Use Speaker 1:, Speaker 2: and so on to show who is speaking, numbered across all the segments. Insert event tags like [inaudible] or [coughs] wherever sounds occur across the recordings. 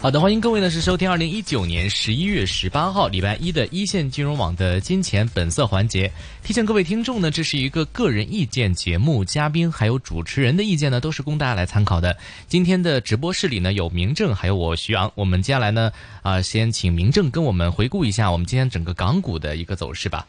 Speaker 1: 好的，欢迎各位呢是收听二零一九年十一月十八号礼拜一的一线金融网的金钱本色环节。提醒各位听众呢，这是一个个人意见节目，嘉宾还有主持人的意见呢都是供大家来参考的。今天的直播室里呢有明正还有我徐昂，我们接下来呢啊、先请明正跟我们回顾一下我们今天整个港股的一个走势吧。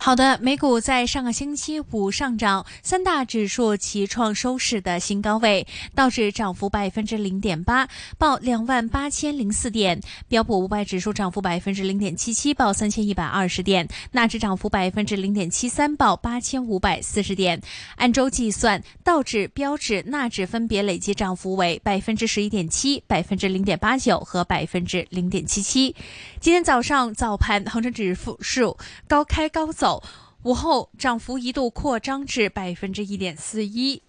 Speaker 2: 好的，美股在上个星期五上涨，三大指数齐创收市的新高位，道指涨幅百分之零点八，报两万八千零四点；标普五百指数涨幅百分之零点七七，报三千一百二十点；纳指涨幅百分之零点七三，报八千五百四十点。按周计算，道指、标指、纳指分别累计涨幅为百分之十一点七、百分之零点八九和百分之零点七七。今天早上早盘，恒生指数高开高走，午后涨幅一度扩张至百分之一点四一。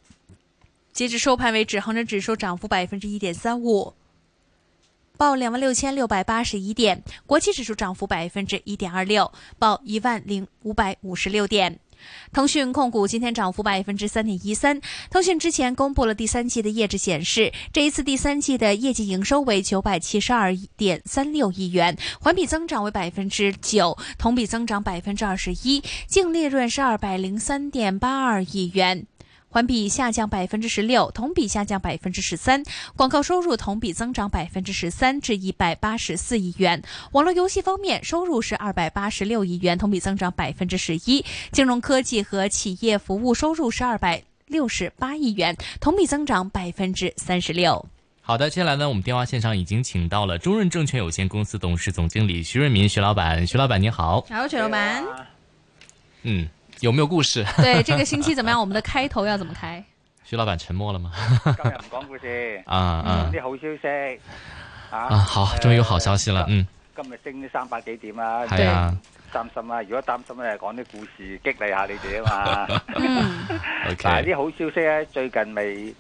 Speaker 2: 截至收盘为止，恒生指数涨幅百分之一点三五，报两万六千六百八十一点；国企指数涨幅百分之一点二六，报一万零五百五十六点。腾讯控股今天涨幅百分之三点一三。腾讯之前公布了第三季的业绩显示，这一次第三季的业绩营收为九百七十二点三六亿元，环比增长为百分之九，同比增长百分之二十一，净利润是二百零三点八二亿元。环比下降百分之十六，同比下降百分之十三，广告收入同比增长百分之十三至一百八十四亿元。网络游戏方面，收入是二百八十六亿元，同比增长百分之十一。金融科技和企业服务收入是二百六十八亿元，同比增长百分之三十六。
Speaker 1: 好的，接下来呢，我们电话线上已经请到了中润证券有限公司董事总经理徐润民徐老板，徐老板你好，
Speaker 2: 好，陈
Speaker 3: 啊
Speaker 2: 老板，
Speaker 1: 嗯，有没有故事？
Speaker 2: 对这个星期怎么样？我们的开头要怎么 [laughs] 开？
Speaker 1: 徐老板沉默了吗？
Speaker 3: [laughs] 今日唔講故事，
Speaker 1: 啊啊
Speaker 3: 啲好消息
Speaker 1: 啊！
Speaker 3: 啊！
Speaker 1: 好，终于有好消息了，嗯，
Speaker 3: 今日升咗三百幾點啊！
Speaker 1: 系啊
Speaker 3: 擔心啊！如果擔心咧，講啲故事激勵下你
Speaker 1: [laughs]
Speaker 3: 哋啊嘛。
Speaker 2: 嗯，
Speaker 3: 但係
Speaker 1: ，OK，
Speaker 3: 啲好消息咧，最近咪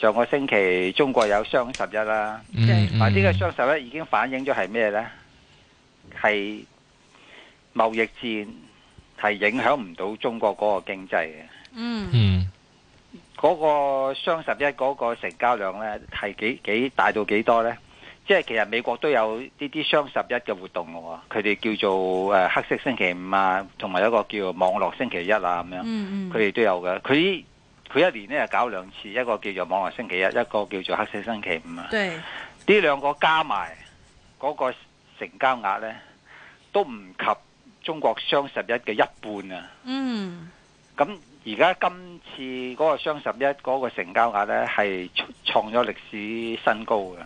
Speaker 3: 上個星期中國有雙十一啦。
Speaker 1: 嗯，嗯
Speaker 3: 嗱，呢個雙十一已經反映咗係咩咧？係貿易戰係影響唔到中國嗰個經濟嘅。
Speaker 2: 嗯，
Speaker 1: 嗯
Speaker 3: 嗰個雙十一嗰個成交量呢，係幾幾大到幾多呢？即係其實美國都有呢啲雙十一嘅活動嘅喎，佢哋叫做誒、呃黑色星期五啊，同埋有一個叫做網絡星期一啊咁樣，
Speaker 2: 嗯
Speaker 3: 佢哋都有嘅。佢佢一年呢，搞兩次，一個叫做網絡星期一，一個叫做黑色星期五啊。
Speaker 2: 對，
Speaker 3: 呢兩個加埋嗰、個成交額呢，都唔及中國雙十一嘅一半啊！
Speaker 2: 嗯，
Speaker 3: 咁而家今次嗰個雙十一嗰個成交額呢，係創創咗歷史新高嘅，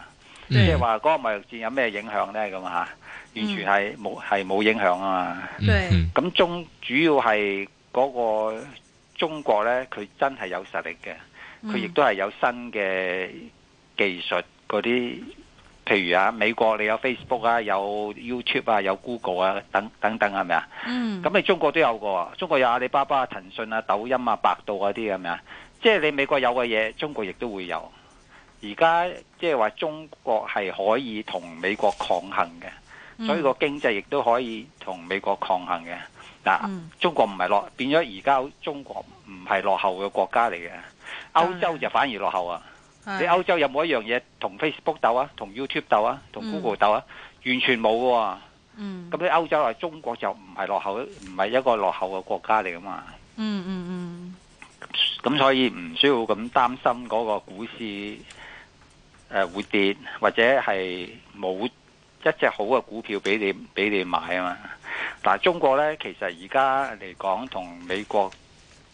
Speaker 3: 即
Speaker 1: 嗯
Speaker 3: 係話嗰個貿易戰有咩影響呢？咁啊，完全係冇係冇影響啊嘛。
Speaker 2: 對
Speaker 1: 嗯
Speaker 3: 咁中主要係嗰個中國呢，佢真係有實力嘅，佢
Speaker 2: 嗯
Speaker 3: 亦都係有新嘅技術嗰啲，譬如啊美國你有 Facebook 啊，有 YouTube 啊，有 Google 啊，等等等係咪啊？
Speaker 2: 嗯，
Speaker 3: 咁你中國都有嘅喎，中國有阿里巴巴、騰訊啊、抖音啊、百度嗰啲咁樣，即係你美國有嘅嘢，中國亦都會有。而家即係話中國係可以同美國抗衡嘅，
Speaker 2: 嗯
Speaker 3: 所以個經濟亦都可以同美國抗衡嘅。嗱、
Speaker 2: 嗯
Speaker 3: 中國唔係落，變咗而家中國唔係落後嘅國家嚟嘅，
Speaker 2: 啊
Speaker 3: 歐洲就反而落後啊！你歐洲有冇一樣嘢同 Facebook 鬥啊，同 YouTube 鬥啊，同
Speaker 2: 嗯
Speaker 3: Google 鬥啊？完全冇嘅喎。
Speaker 2: 嗯
Speaker 3: 咁你歐洲啊，中國就唔係落後，唔係一個落後嘅國家嚟噶嘛。
Speaker 2: 嗯嗯
Speaker 3: 咁所以唔需要咁擔心嗰個股市誒、呃、會跌，或者係冇一隻好嘅股票俾你俾你買啊嘛。嗱，中國呢，其實而家嚟講同美國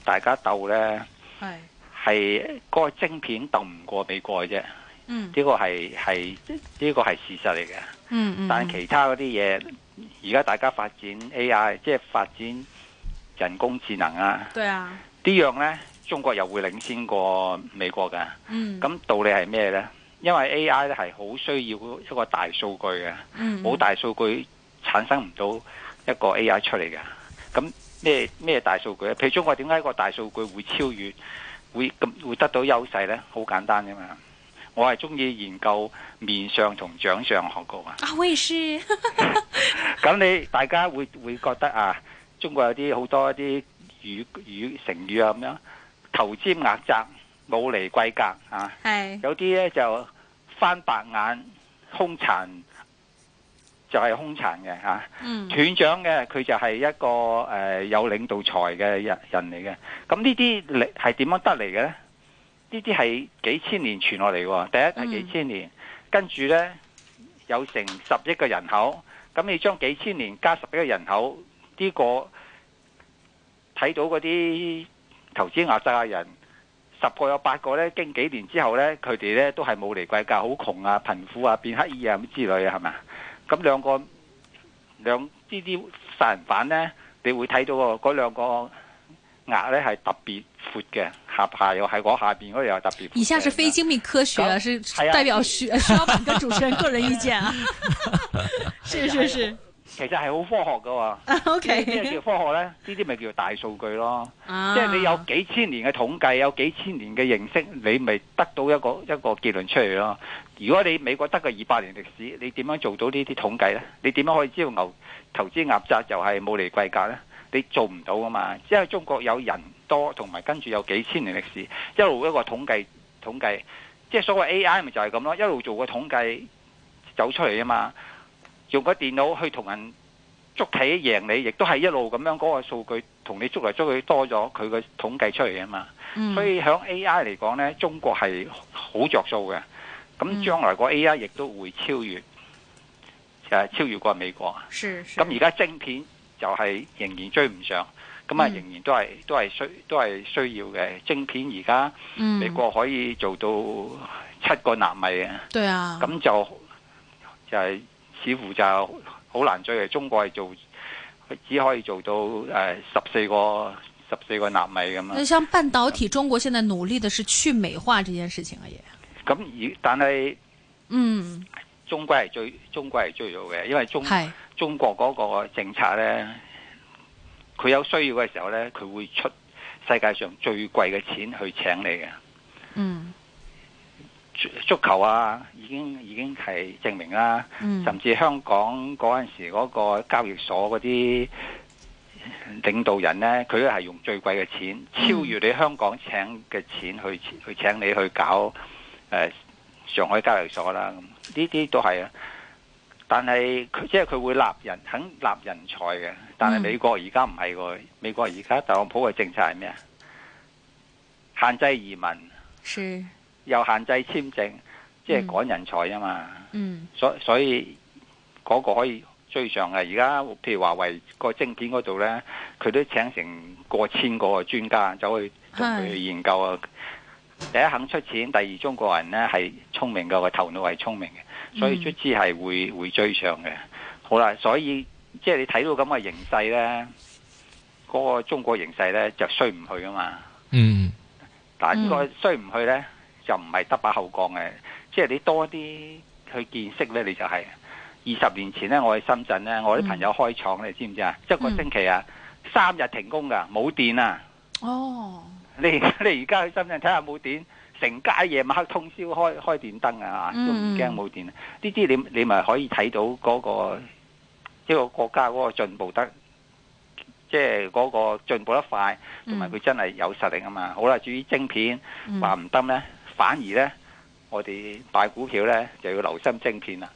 Speaker 3: 大家鬥呢，
Speaker 2: 嗯，係，
Speaker 3: 係嗰個晶片鬥唔過美國嘅啫。呢、
Speaker 2: 嗯
Speaker 3: 個係係呢個係事實嚟嘅。
Speaker 2: 嗯嗯，
Speaker 3: 但其他嗰啲嘢，而家大家發展 AI，即係發展人工智能啊，
Speaker 2: 對啊，
Speaker 3: 呢樣呢，中國又會領先過美國㗎。
Speaker 2: 嗯，
Speaker 3: 咁道理係咩呢？因為 AI 咧係好需要一個大數據嘅，
Speaker 2: 嗯
Speaker 3: 冇大數據產生唔到一個 AI 出嚟嘅。咁咩咩大數據咧？譬如中國點解個大數據會超越，會咁會得到優勢呢？好簡單啫嘛。我係中意研究面相同掌相學噶嘛。
Speaker 2: 啊，我也
Speaker 3: [laughs]
Speaker 2: 是。
Speaker 3: 咁你大家會會覺得啊，中國有啲好多一啲語語成語啊咁樣，頭尖額窄，冇離貴格啊。
Speaker 2: 係
Speaker 3: 有啲咧就翻白眼，兇殘就係兇殘嘅啊嚇。
Speaker 2: 嗯
Speaker 3: 斷掌嘅佢就係一個誒、呃有領導才嘅人人嚟嘅。咁呢啲嚟係點樣得嚟嘅呢？呢啲係幾千年傳落嚟喎。第一係幾千年，跟住呢，有成十億嘅人口，咁你將幾千年加十億嘅人口，呢、個睇到嗰啲投資亞洲嘅人。十個有八個呢，經幾年之後呢，佢哋呢都係冇離貴價，好窮啊、貧苦啊、變乞兒啊咁之類啊，係咪啊？咁兩個兩呢啲殺人犯呢，你會睇到個嗰兩個額呢係特別闊嘅，下巴又係嗰下邊嗰度又特別闊嘅。
Speaker 2: 以下是非精密科学啊，
Speaker 3: 高
Speaker 2: 是
Speaker 3: 哎呀
Speaker 2: 代表呃徐徐老板跟主持人个人意
Speaker 3: [laughs]
Speaker 2: 见啊。是是是
Speaker 3: 其實係好科學㗎喎、
Speaker 2: 啊
Speaker 3: 咩
Speaker 2: ，OK
Speaker 3: 叫科學呢？呢啲咪叫大數據咯。
Speaker 2: 啊
Speaker 3: 即係你有幾千年嘅統計，有幾千年嘅認識，你咪得到一個一個結論出嚟咯。如果你美國得個二百年歷史，你點樣做到呢啲統計呢？你點樣可以知道牛投資鴨雜就係冇離貴價呢？你做唔到噶嘛？因為中國有人多，同埋跟住有幾千年歷史，一路一個統計統計，即係所謂 AI 咪就係咁咯，一路做個統計走出嚟啊嘛，用個電腦去同人。捉棋贏你，亦都係一路咁樣嗰、個數據同你捉嚟捉去多咗，佢嘅統計出嚟啊嘛。
Speaker 2: 嗯
Speaker 3: 所以響 AI 嚟講呢，中國係好着數嘅。
Speaker 2: 嗯
Speaker 3: 咁將來個 AI 亦都會超越，誒超越過美國。
Speaker 2: 是是
Speaker 3: 咁而家晶片就係仍然追唔上，咁啊
Speaker 2: 嗯
Speaker 3: 仍然都係都係需都係需要嘅。晶片而家
Speaker 2: 嗯
Speaker 3: 美國可以做到七個納米嘅。
Speaker 2: 对啊，
Speaker 3: 咁就就係似乎就好難追嘅。中國係做只可以做到誒十四個十四個納米咁
Speaker 2: 那
Speaker 3: 啊。
Speaker 2: 像半导体，中国现在努力的是去美化这件事情啊，也
Speaker 3: 咁而但係
Speaker 2: 嗯
Speaker 3: 中國係最中國係追到嘅，因為中
Speaker 2: 係
Speaker 3: 中國嗰個政策呢，佢有需要嘅時候呢，佢會出世界上最貴嘅錢去請你嘅。
Speaker 2: 嗯
Speaker 3: 足足球啊，已經已經係證明啦。
Speaker 2: 嗯
Speaker 3: 甚至香港嗰陣時嗰個交易所嗰啲呃領導人呢，佢都係用最貴嘅錢，
Speaker 2: 嗯
Speaker 3: 超越你香港請嘅錢去去請你去搞誒、呃上海交易所啦。咁呢啲都係啊，但係佢即係佢會納人肯納人才嘅，但係
Speaker 2: 嗯
Speaker 3: 美國而家唔係喎，美國而家特朗普嘅政策係咩啊？限制移民，
Speaker 2: 是
Speaker 3: 又限制簽證，即係
Speaker 2: 嗯
Speaker 3: 趕人才啊嘛。
Speaker 2: 嗯
Speaker 3: 所所以嗰個可以追上嘅。而家譬如華為個晶片嗰度呢，佢都請成過千個專家走去同佢
Speaker 2: 係
Speaker 3: 去研究啊。第一肯出錢，第二中國人呢係聰明嘅，個頭腦係聰明嘅，所以
Speaker 2: 嗯
Speaker 3: 卒之係會會追上嘅。好啦，所以即係你睇到咁嘅形勢呢，嗰、個中國形勢呢就衰唔去啊嘛。
Speaker 1: 嗯
Speaker 3: 但係呢個衰唔去呢，就唔係得把後降嘅，即係你多啲去見識呢，你就係二十年前呢，我喺深圳呢，我啲朋友開廠你知唔知啊？一個星期啊，三日停工㗎，冇電啊！
Speaker 2: 哦
Speaker 3: 你你而家去深圳睇下冇電，成街夜晚黑通宵開開電燈啊，都唔
Speaker 2: 嗯
Speaker 3: 驚冇電。呢啲你你咪可以睇到嗰、個一個國家嗰個進步得，即係嗰個進步得快，同埋佢真係有實力啊嘛。好啦，至於晶片。
Speaker 2: 嗯
Speaker 3: 話唔得呢，反而呢，我哋買股票呢就要留心晶片啦，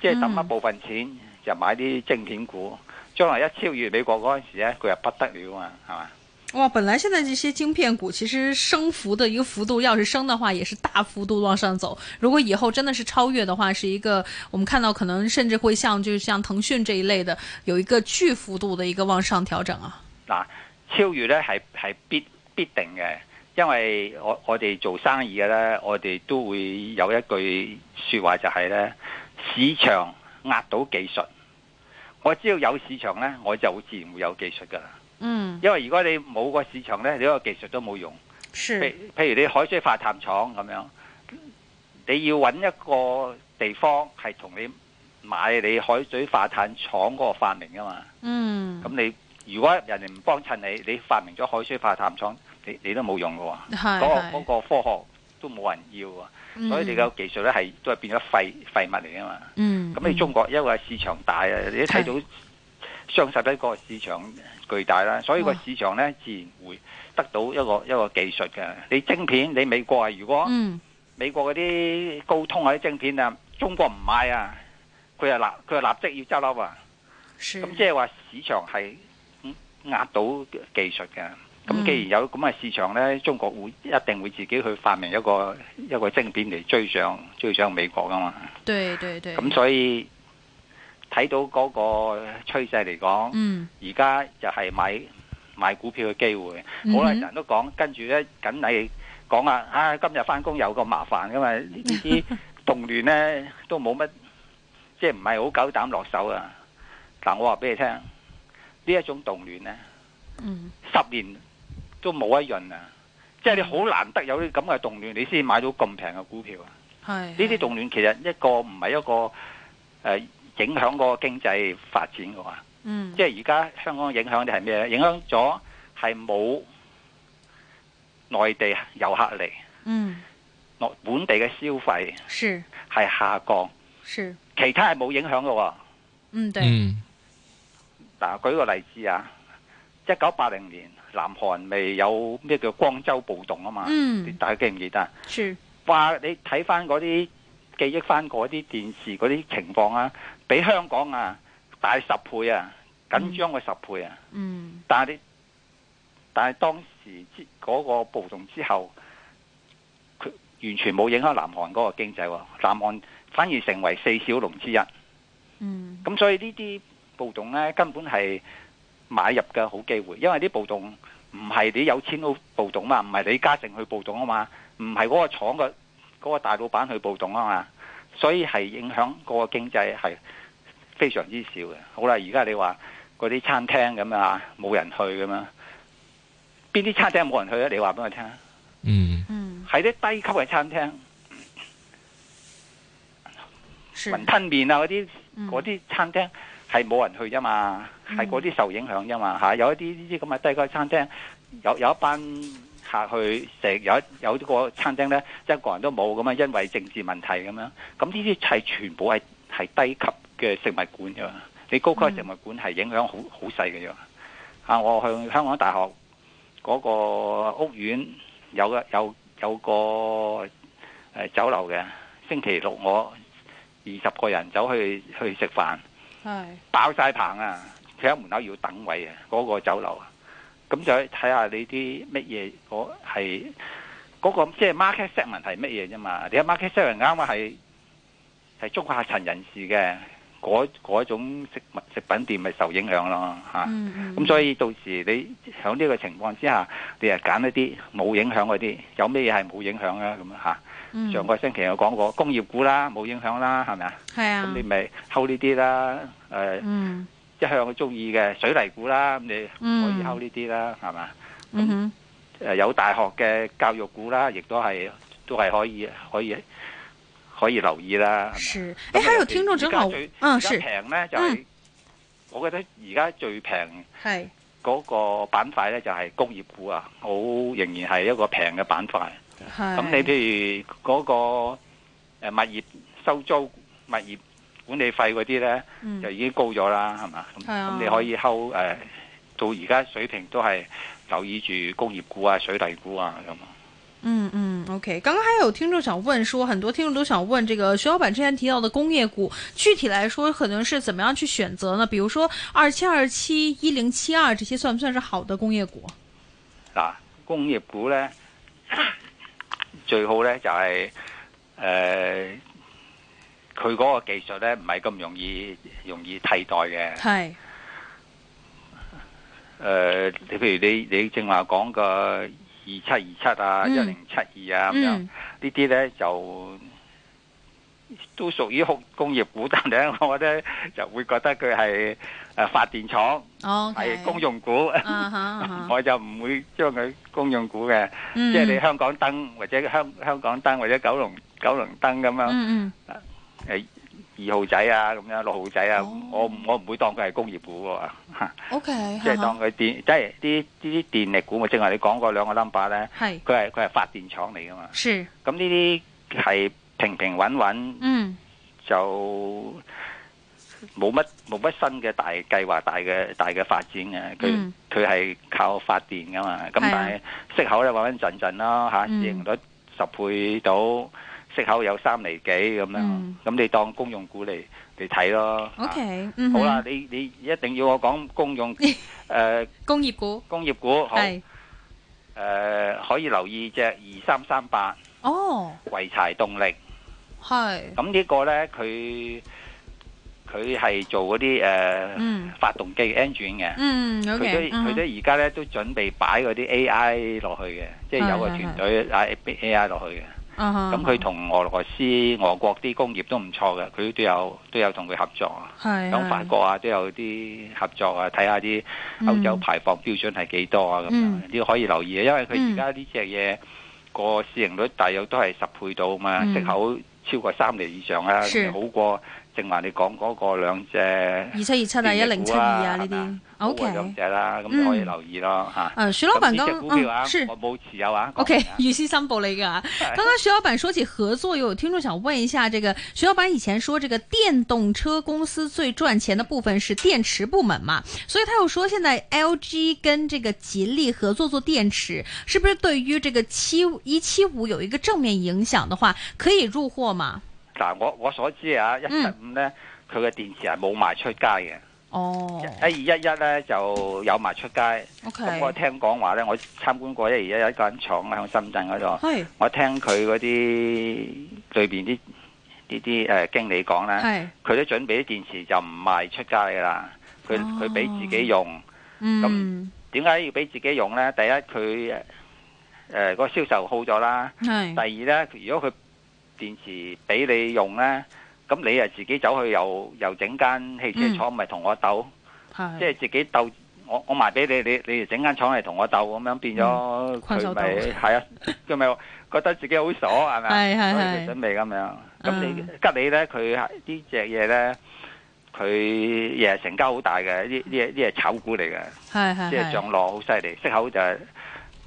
Speaker 3: 即係抌
Speaker 2: 嗯
Speaker 3: 一部分錢就買啲晶片股，將來一超越美國嗰陣時咧，佢又不得了啊，係嘛？
Speaker 2: 哇，本来现在这些晶片股其实升幅的一个幅度，要是升的话，也是大幅度往上走。如果以后真的是超越的话，是一个我们看到可能甚至会像就是像腾讯这一类的，有一个巨幅度的一个往上调整啊。
Speaker 3: 嗱，超越呢係係必必定嘅，因為我我哋做生意嘅呢，我哋都會有一句説話就係呢：市場壓倒技術。我只要有市場呢，我就自然會有技術㗎啦。
Speaker 2: 嗯，
Speaker 3: 因為如果你冇個市場呢，你個技術都冇用。譬
Speaker 2: 是，
Speaker 3: 譬如你海水化淡廠咁樣，你要揾一個地方係同你買你海水化淡廠嗰個發明噶嘛。
Speaker 2: 嗯
Speaker 3: 咁，你如果人哋唔幫襯你，你發明咗海水化淡廠，你你都冇用噶喎。
Speaker 2: 係
Speaker 3: 嗰、個嗰
Speaker 2: 係
Speaker 3: 個科學都冇人要啊，
Speaker 2: 嗯
Speaker 3: 所以你嘅技術咧係都係變咗廢廢物嚟啊嘛。
Speaker 2: 嗯，
Speaker 3: 咁你中國因為市場大啊，你一睇到雙十一個市場巨大啦，所以個
Speaker 2: 哇
Speaker 3: 市場咧自然會得到一個一個技術嘅。你晶片，你美國啊，如果
Speaker 2: 嗯
Speaker 3: 美國嗰啲高通嗰啲晶片啊，中國唔買啊，佢係立佢係立即要執笠啊。
Speaker 2: 是
Speaker 3: 咁即係話市場係嗯壓到技術嘅。
Speaker 2: 嗯
Speaker 3: 咁既然有咁嘅市場呢，中國會一定會自己去發明一個一個晶片嚟追上追上美國噶嘛。
Speaker 2: 对对对，
Speaker 3: 咁所以睇到嗰個趨勢嚟講，
Speaker 2: 嗯
Speaker 3: 而家就係買買股票嘅機會。
Speaker 2: 嗯
Speaker 3: 好
Speaker 2: 哼
Speaker 3: 多人都講，跟住呢，緊你講啊，啊今日翻工有個麻煩噶嘛，呢啲
Speaker 2: [laughs]
Speaker 3: 動亂呢都冇乜，即係唔係好夠膽落手啊！嗱，我話俾你聽，呢一種動亂呢，
Speaker 2: 嗯
Speaker 3: 十年都冇一潤啊！即係你好難得有啲咁嘅動亂，你先買到咁平嘅股票啊！
Speaker 2: 系呢
Speaker 3: 呢啲動亂其實一個唔係一個誒、呃影響個經濟發展嘅話，
Speaker 2: 嗯
Speaker 3: 即係而家香港影響嘅係咩咧？影響咗係冇內地遊客嚟，
Speaker 2: 嗯
Speaker 3: 內本地嘅消費
Speaker 2: 是
Speaker 3: 係下降，
Speaker 2: 是
Speaker 3: 其他係冇影響嘅喎。
Speaker 2: 嗯对
Speaker 1: 嗯
Speaker 3: 嗱，舉個例子啊，一九八零年南韓未有咩叫光州暴動啊嘛，
Speaker 2: 嗯
Speaker 3: 大家記唔記得啊？
Speaker 2: 是
Speaker 3: 話你睇翻嗰啲記憶翻嗰啲電視嗰啲情況啊，比香港啊大十倍啊，緊張過十倍啊！
Speaker 2: 嗯
Speaker 3: 但係你但係當時之嗰、個暴動之後，佢完全冇影響南韓嗰個經濟喎，南韓反而成為四小龍之一。
Speaker 2: 嗯
Speaker 3: 咁所以呢啲暴動呢，根本係買入嘅好機會，因為啲暴動唔係你有錢佬暴動啊嘛，唔係李嘉誠去暴動啊嘛，唔係嗰個廠嘅嗰個大老闆去暴動啊嘛，所以係影響個經濟係非常之少嘅。好啦，而家你話嗰啲餐廳咁啊，冇人去咁啊，邊啲餐廳冇人去咧？你話俾我聽啊，
Speaker 1: 嗯
Speaker 2: 嗯
Speaker 3: 係啲低級嘅餐廳，
Speaker 2: 是
Speaker 3: 雲吞麵啊嗰啲。
Speaker 2: 嗯
Speaker 3: 嗰啲餐廳係冇人去啫嘛，係嗰啲受影響啫嘛嚇。有一啲呢啲咁嘅低級餐廳，有有一班客去食，有一有啲個餐廳呢，一個人都冇咁啊，因為政治問題咁樣。咁呢啲係全部係係低級嘅食物館啫嘛。你高級嘅食物館係影響好好細嘅啫嘛。啊，我去香港大學嗰個屋苑有個有有個誒酒樓嘅，星期六我二十個人走去去食飯，
Speaker 2: 系
Speaker 3: 爆晒棚啊！佢喺門口要等位啊，嗰、個酒樓啊，咁就睇下你啲乜嘢，我係嗰個即係 market segment 係乜嘢啫嘛？你喺 market segment 啱啱係係中下層人士嘅嗰嗰種食物食品店咪受影響咯嚇。
Speaker 2: 嗯嗯
Speaker 3: 啊咁所以到時你喺呢個情況之下，你係揀一啲冇影響嗰啲，有咩嘢係冇影響啊？咁啊嚇，
Speaker 2: 嗯
Speaker 3: 上個星期我講過工業股啦，冇影響啦，係咪啊？
Speaker 2: 系啊
Speaker 3: 咁你咪睺呢啲啦，誒、
Speaker 2: 嗯
Speaker 3: 一向中意嘅水泥股啦，咁你可以
Speaker 2: 嗯
Speaker 3: 睺呢啲啦，係嘛？
Speaker 2: 嗯哼
Speaker 3: 誒、有大學嘅教育股啦，亦都係都係可以可以可以留意啦。係咪
Speaker 2: 是
Speaker 3: 咁
Speaker 2: 哎
Speaker 3: 你
Speaker 2: 还有
Speaker 3: 尤其
Speaker 2: 听众正好
Speaker 3: 而家最
Speaker 2: 嗯
Speaker 3: 而家
Speaker 2: 是
Speaker 3: 平咧就係、我覺得而家最平。
Speaker 2: 系
Speaker 3: 嗰個板塊咧就係工業股啊，好仍然係一個平嘅板塊。
Speaker 2: 系
Speaker 3: 咁你譬如嗰個呃物業收租、物業管理費嗰啲咧，
Speaker 2: 嗯
Speaker 3: 就已經高咗啦，係嘛？咁
Speaker 2: 係啊
Speaker 3: 咁你可以睺誒、呃到而家水平都係留意住工業股啊、水泥股啊咁。
Speaker 2: 嗯嗯，OK。刚刚还有听众想问说，很多听众都想问这个徐老板之前提到的工业股，具体来说可能是怎么样去选择呢？比如说二七二七、一零七二这些算不算是好的工业股？
Speaker 3: 嗱，工業股咧 [coughs] 最好咧就係、誒佢嗰個技術咧唔係咁容易容易替代嘅。
Speaker 2: 系，
Speaker 3: 誒、
Speaker 2: 嗯
Speaker 3: 你譬如你你正話講個二七二七啊、一
Speaker 2: 嗯
Speaker 3: 零七二啊咁樣，
Speaker 2: 嗯
Speaker 3: 呢啲咧就都屬於工工業股，但係咧我咧就會覺得佢係誒發電廠
Speaker 2: 嗯，OK，
Speaker 3: 係公用股，
Speaker 2: 啊哈啊哈，
Speaker 3: [laughs] 我就唔會將佢公用股嘅，
Speaker 2: 嗯
Speaker 3: 即係你香港燈或者香香港燈或者九龍九龍燈咁樣誒、
Speaker 2: 嗯嗯
Speaker 3: 二號仔啊，咁樣六號仔啊，
Speaker 2: 哦
Speaker 3: 我唔我唔會當佢係工業股喎， [laughs]
Speaker 2: O K，
Speaker 3: 即係當佢電，即係啲啲電力股，咪正話你講過兩個 number 咧，
Speaker 2: 系
Speaker 3: 佢係佢係發電廠嚟噶嘛，
Speaker 2: 是，
Speaker 3: 咁呢啲係平平穩穩
Speaker 2: 嗯
Speaker 3: 就冇乜冇乜新嘅大計劃、大嘅大嘅發展嘅，佢
Speaker 2: 嗯
Speaker 3: 佢係靠發電噶嘛，咁
Speaker 2: 係啊
Speaker 3: 但係息口咧穩穩陣陣啦嚇，
Speaker 2: 嗯
Speaker 3: 市盈率十倍到，息口有三厘幾咁樣，
Speaker 2: 嗯
Speaker 3: 咁你當公用股嚟嚟睇咯。
Speaker 2: ，O
Speaker 3: 啊
Speaker 2: K，嗯
Speaker 3: 好
Speaker 2: 哼，
Speaker 3: 啦，你你一定要我講公
Speaker 2: [laughs]
Speaker 3: 用誒、呃
Speaker 2: 工業股
Speaker 3: 工業股好誒、
Speaker 2: 係
Speaker 3: 呃可以留意隻二三三八
Speaker 2: 哦，
Speaker 3: 濰柴動力。
Speaker 2: 係
Speaker 3: 咁呢個呢，佢佢係做嗰啲誒
Speaker 2: 嗯
Speaker 3: 發動機 engine 嘅，
Speaker 2: 嗯
Speaker 3: 佢
Speaker 2: ，O
Speaker 3: 都
Speaker 2: K，
Speaker 3: 佢都而家呢都準備擺嗰啲 AI 落去嘅，即係有個團隊啊擺 AI 落去嘅。咁
Speaker 2: 咁
Speaker 3: 佢同俄羅斯、俄國啲工業都唔錯嘅，佢都有都有同佢合作啊。
Speaker 2: 係
Speaker 3: 咁法國啊都有啲合作啊，睇下啲歐洲排放標準係幾多啊咁
Speaker 2: 嗯
Speaker 3: 樣，呢個可以留意嘅，啊因為佢而家呢只嘢個市盈率大約都係十倍到嘛，
Speaker 2: 嗯
Speaker 3: 息口超過三厘以上啦，
Speaker 2: 是
Speaker 3: 咁就好過正話你講嗰個兩隻
Speaker 2: 二七二七啊，一零七二啊呢啲
Speaker 3: 好
Speaker 2: ，O
Speaker 3: 過
Speaker 2: K，
Speaker 3: 兩隻啦，咁
Speaker 2: 嗯
Speaker 3: 你可以留意咯嚇。
Speaker 2: 呃，徐老闆
Speaker 3: 咁呢隻
Speaker 2: 剛
Speaker 3: 股
Speaker 2: 嗯
Speaker 3: 票啊，
Speaker 2: 是
Speaker 3: 我冇持有啊。講
Speaker 2: OK，
Speaker 3: 明啊
Speaker 2: 预期三博了一个啊。
Speaker 3: 哎
Speaker 2: 刚刚徐老板说起合作，有听众想问一下，这个徐老板以前说这个电动车公司最赚钱的部分是电池部门嘛，所以他又说现在 LG 跟这个吉利合作做电池，是不是对于这个七一七五有一个正面影响的话，可以入货嘛？
Speaker 3: 嗱，我我所知啊，一七五咧，佢嘅電池係冇賣出街嘅，
Speaker 2: 嗯哦
Speaker 3: 一二一一咧就有賣出街。
Speaker 2: ，OK，
Speaker 3: 咁哎我聽講話咧，我參觀過一而家有一間廠喺深圳嗰度，
Speaker 2: 系
Speaker 3: 我聽佢嗰啲裏邊啲呢啲誒經理講咧，
Speaker 2: 系，
Speaker 3: 佢都準備啲電池就唔賣出街噶啦，佢
Speaker 2: 哦
Speaker 3: 佢俾自己用。
Speaker 2: 嗯，
Speaker 3: 點解要俾自己用咧？第一佢誒個銷售好咗啦，
Speaker 2: 系，
Speaker 3: 第二咧，如果佢電池俾你用咧，咁你啊自己走去又又整間汽車廠，咪同我鬥。即係自己鬥，我我賣俾你，你你整間廠嚟同我鬥咁樣，變咗
Speaker 2: 困獸
Speaker 3: 佢咪
Speaker 2: 鬥
Speaker 3: 係啊，佢咪覺得自己好傻係咪啊？
Speaker 2: 係係
Speaker 3: 所以
Speaker 2: 係
Speaker 3: 佢準備咁樣。咁你
Speaker 2: 嗯
Speaker 3: 吉利咧，佢係呢只嘢咧，佢亦係成交好大嘅，呢呢呢係炒股嚟嘅，
Speaker 2: 系
Speaker 3: 即係
Speaker 2: 系
Speaker 3: 漲落好犀利，息口就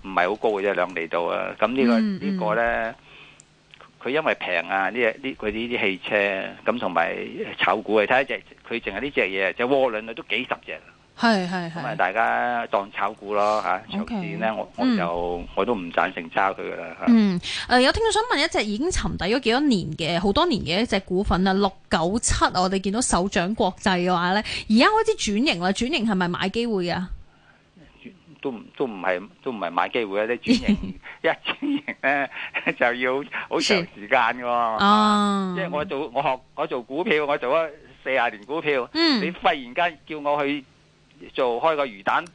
Speaker 3: 唔係好高嘅啫，兩厘度啊。咁呢個
Speaker 2: 嗯嗯
Speaker 3: 呢個咧。佢因為平啊，呢呢佢呢啲汽車咁同埋炒股啊，睇下只佢淨係呢只嘢，只渦輪啊都幾十隻。
Speaker 2: 系系
Speaker 3: 咁啊，
Speaker 2: 系，
Speaker 3: 大家當炒股咯嚇，長
Speaker 2: OK
Speaker 3: 線咧，我我
Speaker 2: 嗯
Speaker 3: 就我都唔贊成揸佢噶啦嚇。
Speaker 2: 嗯，誒、有聽眾想問一隻已經沉底咗幾多年嘅好多年嘅一隻股份啊，六九七我哋見到首長國際嘅話咧，而家開始轉型啦，轉型係咪買機會啊？
Speaker 3: 都唔都唔係都唔係買機會啊！你轉
Speaker 2: [laughs]
Speaker 3: 型一轉型咧 [laughs] 就要好長
Speaker 2: 是
Speaker 3: 時間嘅喎。
Speaker 2: 啊，
Speaker 3: 即係我做我學我做股票，我做咗四廿年股票，你
Speaker 2: 嗯，
Speaker 3: 忽然間叫我去做開個魚蛋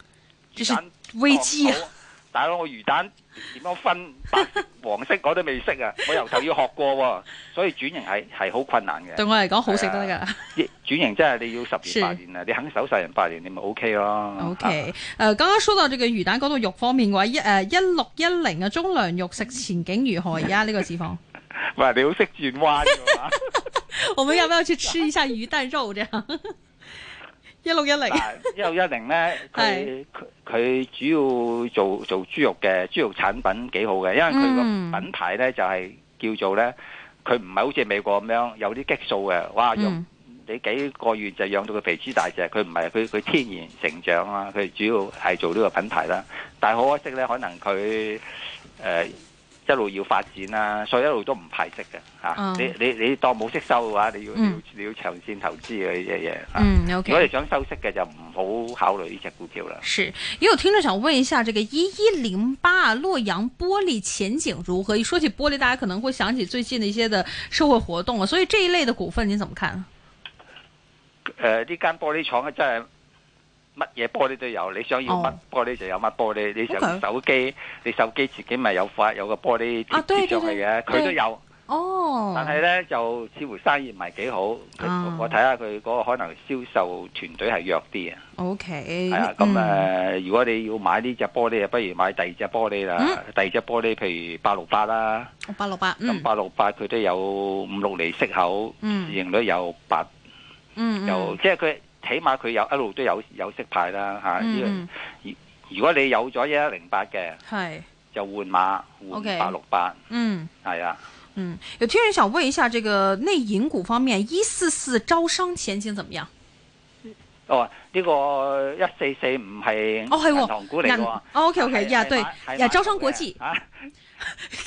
Speaker 2: 就
Speaker 3: 魚
Speaker 2: 是
Speaker 3: 蛋
Speaker 2: 危機啊
Speaker 3: 檔口！大佬，我魚蛋點樣分白
Speaker 2: [laughs]
Speaker 3: 色黃色我都未識啊！我由頭要學過喎，所以轉型係係好困難嘅。
Speaker 2: 對我嚟講好食得
Speaker 3: 啊
Speaker 2: 㗎。
Speaker 3: 轉型真係你要十
Speaker 2: 是
Speaker 3: 年八年啊！你肯守晒人八年，你咪 O K 咯。
Speaker 2: OK，誒、剛呃剛說到這個魚蛋嗰度肉方面嘅話，一誒一六一零啊，中糧肉食前景如何？而家呢個市
Speaker 3: [laughs]
Speaker 2: 況，
Speaker 3: 啊喂，你好識轉彎㗎
Speaker 2: [laughs]
Speaker 3: 嘛？
Speaker 2: 我們要不要去吃一下魚蛋肉？這樣 [laughs] 一六一零，
Speaker 3: 嗱，一六一零咧，
Speaker 2: 係
Speaker 3: 佢佢佢主要做做豬肉嘅豬肉產品幾好嘅，因為佢
Speaker 2: 嗯
Speaker 3: 個品牌咧就係、叫做咧，佢唔係好似美國咁樣有啲激素嘅，哇！啊肉
Speaker 2: 嗯
Speaker 3: 你幾個月就養到佢肥豬大隻，佢唔係佢佢天然成長啊，佢主要係做呢個品牌啦。但係好可惜咧，可能佢誒、呃一路要發展啦，所以一路都唔派息嘅嚇。
Speaker 2: 嗯
Speaker 3: 你你你當冇息收嘅話，你要你要
Speaker 2: 嗯
Speaker 3: 你要長線投資嘅呢隻嘢嚇。
Speaker 2: 嗯
Speaker 3: 如果
Speaker 2: ，OK
Speaker 3: 你。想收息嘅，就唔好考慮呢只股票啦。
Speaker 2: 是，也有听众想问一下，这个一一零八啊洛阳玻璃前景如何？一说起玻璃，大家可能会想起最近的一些的社会活动啊，所以这一类的股份您怎么看？
Speaker 3: 誒、呃呢間玻璃廠啊咧真係乜嘢玻璃都有，你想要乜
Speaker 2: 哦
Speaker 3: 玻璃就有乜玻璃。你想
Speaker 2: OK
Speaker 3: 手機，你手機自己咪有塊有個玻璃貼
Speaker 2: 啊對
Speaker 3: 貼上去嘅，
Speaker 2: 對對
Speaker 3: 佢都有。
Speaker 4: 哦，
Speaker 3: 但係咧就似乎生意唔係幾好，
Speaker 2: 啊
Speaker 3: 佢我睇下佢嗰個可能銷售團隊係弱啲啊，
Speaker 2: OK，嗯
Speaker 3: 係啊，咁誒、如果你要買呢只玻璃，不如買第二隻玻璃啦，第二隻玻璃譬如八六八啦，
Speaker 2: 嗯，八六八，
Speaker 3: 咁
Speaker 2: 嗯
Speaker 3: 八六八佢都有五六厘息口，
Speaker 2: 嗯
Speaker 3: 市盈率有八，
Speaker 2: 嗯，
Speaker 3: 有
Speaker 2: 嗯
Speaker 3: 即係佢起碼佢有一路都有有息派啦嚇，呢個
Speaker 2: 嗯，
Speaker 3: 如果你有咗一一零八嘅，
Speaker 2: 係，
Speaker 3: 就換馬
Speaker 2: OK
Speaker 3: 換八六八，
Speaker 2: 嗯
Speaker 3: 係啊。
Speaker 2: 嗯，有聽人想問一下，這個內銀股方面，一四四招商前景怎麼樣？
Speaker 3: 哦，呢、個一四四唔係
Speaker 2: 哦係喎
Speaker 3: 銀嗯行股嚟嘅喎。
Speaker 2: ，OK OK，呀哦對，呀招商國際，
Speaker 3: 啊，
Speaker 2: [laughs]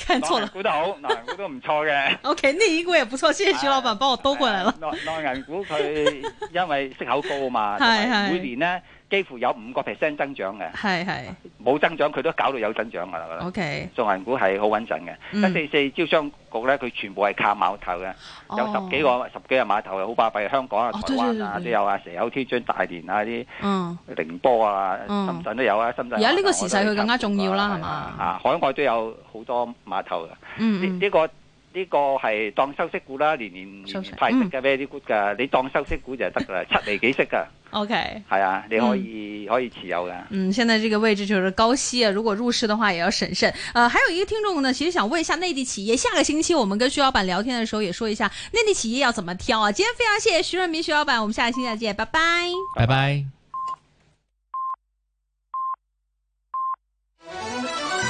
Speaker 2: 看錯
Speaker 3: 內銀
Speaker 2: 了。
Speaker 3: 股都好，內銀股都唔錯嘅。
Speaker 2: OK，內銀股也不錯，謝謝 [laughs] 徐
Speaker 3: 哎
Speaker 2: 老闆幫我兜過
Speaker 3: [laughs]
Speaker 2: 來了。
Speaker 3: 內內銀股佢因為息口高
Speaker 2: [laughs]
Speaker 3: 啊嘛，同
Speaker 2: 係
Speaker 3: 埋
Speaker 2: 係
Speaker 3: 每年呢幾乎有五個 percent 增長嘅，
Speaker 2: 係係
Speaker 3: 冇增長佢都搞到有增長㗎啦。
Speaker 2: ，OK，
Speaker 3: 內銀股係好穩陣嘅，
Speaker 2: 嗯
Speaker 3: 一四四招商局呢，佢全部係靠碼頭嘅，有十幾
Speaker 2: 哦，
Speaker 3: 個十幾個碼頭係好巴閉，香港啊、
Speaker 2: 哦
Speaker 3: 台
Speaker 2: 對對
Speaker 3: 灣啊
Speaker 2: 對
Speaker 3: 都
Speaker 2: 對
Speaker 3: 有啊，蛇口、天津、大連啊啲。
Speaker 2: 嗯，
Speaker 3: 寧波啊、
Speaker 2: 嗯
Speaker 3: 深圳都有啊，深圳
Speaker 2: 而家呢個
Speaker 3: 個
Speaker 2: 時勢佢更加重要啦係嘛
Speaker 3: 啊，海外都有好多碼頭嘅，呢呢、
Speaker 2: 嗯嗯，
Speaker 3: 個呢、個係當收息股啦，年年年
Speaker 2: 收息嗯
Speaker 3: 年派息嘅 very good 㗎，你當收息股就得㗎啦，七厘幾息㗎，
Speaker 2: OK。
Speaker 3: 係啊，你可以、可以持有㗎。
Speaker 2: 嗯，現在這個位置就是高息，如果入市的話也要審慎。呃，還有一個聽眾呢，其實想問一下內地企業，下個星期我們跟徐老闆聊天的時候也說一下內地企業要怎麼挑啊。今天非常謝謝徐潤民徐老闆，我們下個星期再見，拜拜。
Speaker 1: 拜拜。